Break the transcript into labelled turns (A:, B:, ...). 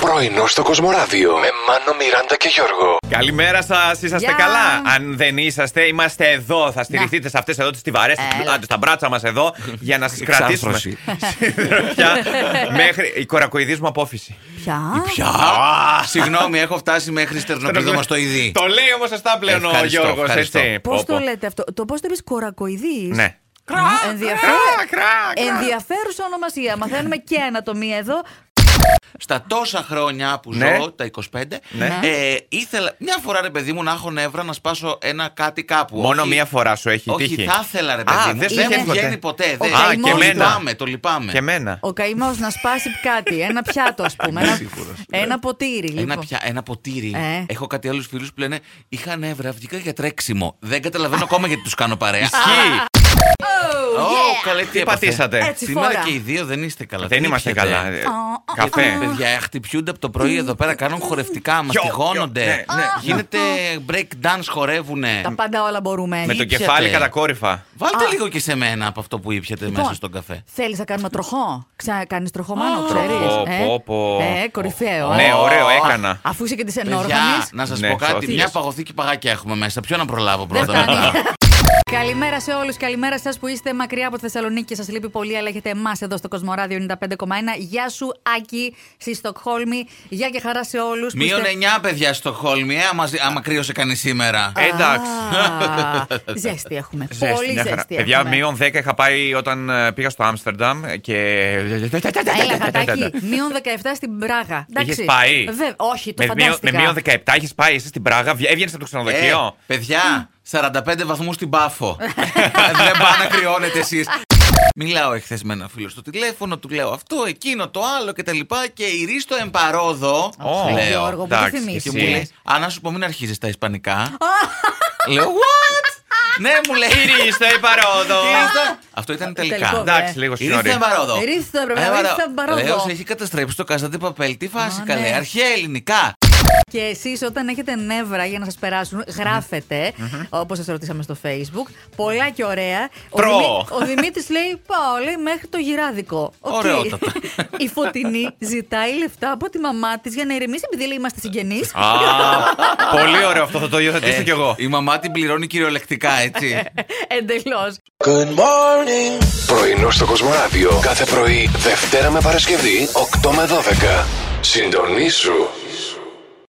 A: Πρωινό στο Κοσμοράδιο με Μάνο, Μιράντα και Γιώργο.
B: Καλημέρα σας, είσαστε
C: Γεια.
B: καλά. Αν δεν είσαστε, είμαστε εδώ. Θα στηριχτείτε σε αυτές εδώ τις τυβαρές,
C: Έλα.
B: στα μπράτσα μας εδώ, για να σας κρατήσουμε.
D: Εξάρθρωση.
B: Συντροφιά, μέχρι η κορακοειδή μου απόφυση.
C: Πια.
D: Πια. Συγγνώμη, έχω φτάσει μέχρι στερνοπίδωμα στο ειδή.
B: Το λέει όμως σωστά πλέον ο
D: Ευχαριστώ,
B: Γιώργος,
D: ευχαριστώ.
B: έτσι.
C: Πώς
B: Πω, πω.
C: το λέτε αυτό, το πώς το πει κορακοειδή.
B: Ναι.
C: Ενδιαφέρουσα ονομασία. Μαθαίνουμε και ανατομία εδώ.
D: Στα τόσα χρόνια που
B: Ναι.
D: ζω, τα 25,
B: Ναι.
D: ε, ήθελα μια φορά ρε παιδί μου να έχω νεύρα να σπάσω ένα κάτι κάπου.
B: Μόνο
D: Όχι-
B: μία φορά σου έχει τύχει.
D: Όχι, θα ήθελα ρε
B: Α,
D: παιδί μου.
B: δεν σου
D: Δεν
B: βγαίνει
D: μου βγαίνει
B: ποτέ.
D: ποτέ. δεν.
C: Ο καημός
D: το
C: του.
D: λυπάμαι, το λυπάμαι.
B: Και εμένα.
C: Ο καημός να σπάσει κάτι, ένα πιάτο ας πούμε. Ένα, ένα ποτήρι.
D: Ένα,
C: λοιπόν.
D: πια, ένα ποτήρι.
C: Ε.
D: Έχω κάτι άλλους φίλους που λένε Είχα νεύρα, βγήκα για τρέξιμο. Δεν καταλαβαίνω ακόμα γιατί τους κάνω παρέα.
B: Ισχύει.
D: Ω, καλέ,
B: Τι
D: έπαθε.
B: πατήσατε.
C: Έτσι
D: Σήμερα
C: φορά.
D: και οι δύο δεν είστε καλά.
B: Δεν
D: Τι
B: είμαστε
D: ήπιατε?
B: καλά. Ε,
C: Α,
B: Καφέ.
D: Παιδιά, χτυπιούνται από το πρωί εδώ πέρα, κάνουν χορευτικά, μα
B: Γιο,
D: τυχώνονται.
B: γιο, ναι, ναι.
D: Γίνεται break dance, χορεύουνε.
C: Τα πάντα όλα μπορούμε.
B: Με το
D: ήπιατε.
B: κεφάλι κατακόρυφα.
D: Βάλτε
C: Α.
D: λίγο και σε μένα από αυτό που ήπιατε μέσα στον καφέ.
C: Θέλει Λοιπόν, να κάνουμε τροχό. Ξα... Κάνει τροχό, μάλλον ξέρει.
B: Πω, πω, πω.
C: ε, κορυφαίο. ε.
B: Ναι, ωραίο, έκανα.
C: Αφού είσαι και τη ενόργανη.
D: Παιδιά, να σα
B: Ναι,
D: πω κάτι.
B: σώθηκες.
D: Μια παγωθήκη παγάκια έχουμε μέσα. Ποιο να προλάβω
C: Δεν
D: πρώτα.
C: φτάνει. Καλημέρα σε όλους. Καλημέρα σας που είστε μακριά από τη Θεσσαλονίκη. Σας λείπει πολύ, αλλά έχετε εμάς εδώ στο Κοσμοράδιο 95,1. Γεια σου, Άκη, στη Στοκχόλμη. Γεια και χαρά σε όλους.
D: Μείον 9 παιδιά στο Χόλμη, ε, άμα, άμα κρύωσε κανείς σήμερα.
B: Εντάξει.
C: Ζέστη έχουμε.
B: Ζέστη,
C: πολύ
B: μια χαρά.
C: ζέστη.
B: Παιδιά,
C: έχουμε.
B: μείον 10 είχα πάει όταν ε, πήγα στο Άμστερνταμ ε, και.
C: Έλα, γατάκι. Μείον 17 στην Πράγα.
B: Είχες πάει.
C: Βέ- όχι, το
B: με, μείον-
C: φαντάστηκα.
B: με μείον 17 είχε πάει εσύ στην Πράγα, έβγαινες από το
D: Ε,
B: ξενοδοχείο.
D: παιδιά, 45 βαθμούς στην πάφο. Δεν πάνε να κρυώνετε εσείς. Μιλάω εχθές με ένα φίλο στο τηλέφωνο, του λέω αυτό, εκείνο, το άλλο κτλ. Και η Ρίστο εμπαρόδο.
B: Ω,
C: Ω,
D: λέω.
C: Γιώργο, μου το
B: εντάξει,
C: θυμίσες.
D: Και
B: εσύ.
D: μου λέει, Αν να σου πω, μην αρχίζεις τα Ισπανικά. λέω, What? ναι, μου λέει.
B: Γυρίστε η παρόδο.
D: «Τι είστε?» Αυτό ήταν
C: Ε, Τελικό.
D: τελικά.
B: Εντάξει, λίγο
D: Ήρθε
B: συγγνώμη.
D: εμπαρόδο.
C: Ήρθε, έπρεπε να
D: Εμπαρόδο.
C: ήρθε εμπαρόδο.
D: Ε, Λέω, σε έχει καταστρέψει το καζάντι παπέλ. Τι φάση
C: Α,
D: καλέ.
C: ναι.
D: Αρχαία ελληνικά.
C: Και εσείς όταν έχετε νεύρα για να σας περάσουν, γράφετε, όπως σας ρωτήσαμε στο Facebook, πολλά και ωραία. Ο,
B: Προ.
C: ο Δημήτρης λέει: Πάω, λέει, μέχρι το γυράδικο. Οκ.
D: Ωραιότατα.
C: Η φωτεινή ζητάει λεφτά από τη μαμά της για να ηρεμήσει, επειδή λέει είμαστε συγγενείς.
B: Α, πολύ ωραίο αυτό, θα το υιοθετήσω κι εγώ.
D: Ε, Η μαμά την πληρώνει κυριολεκτικά, έτσι.
C: Εντελώς.
A: Πρωινό στο Κοσμοράδιο κάθε πρωί, Δευτέρα με Παρασκευή, 8 με 12. Συντονίσου.